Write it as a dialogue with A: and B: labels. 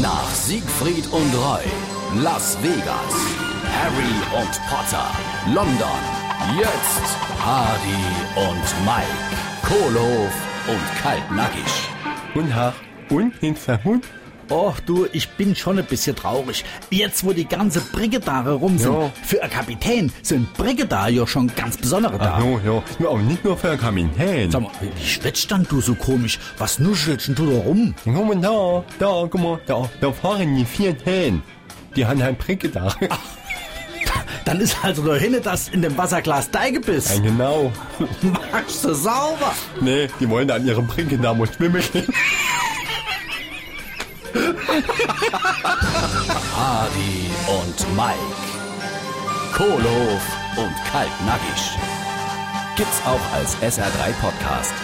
A: Nach Siegfried und Roy, Las Vegas, Harry und Potter, London, jetzt Hardy und Mike, Kohlehof und Kaltnackig.
B: Und Haar. Und hinter Hund.
C: Och du, ich bin schon ein bisschen traurig. Jetzt, wo die ganze Brigedare rum sind,
B: Ja.
C: für einen Kapitän sind Brigedare ja schon ganz besondere da.
B: Ach no, ja. Nur aber nicht nur für Kaminhähn.
C: Sag mal, wie schwätzt dann du so komisch? Was nuschelst denn du da rum?
B: Guck mal da, da, guck mal, da, da fahren die vier Hähn. Die haben ein Brigedare.
C: Dann ist also nur hinne, dass in dem Wasserglas Deige
B: Ja,
C: bist.
B: genau.
C: Machst du sauber.
B: Nee, die wollen an ihrem Brigedare mal schwimmen.
A: Hardy und Mike, Kohlehof und Kaltnackig. Gibt's auch als SR3 Podcast.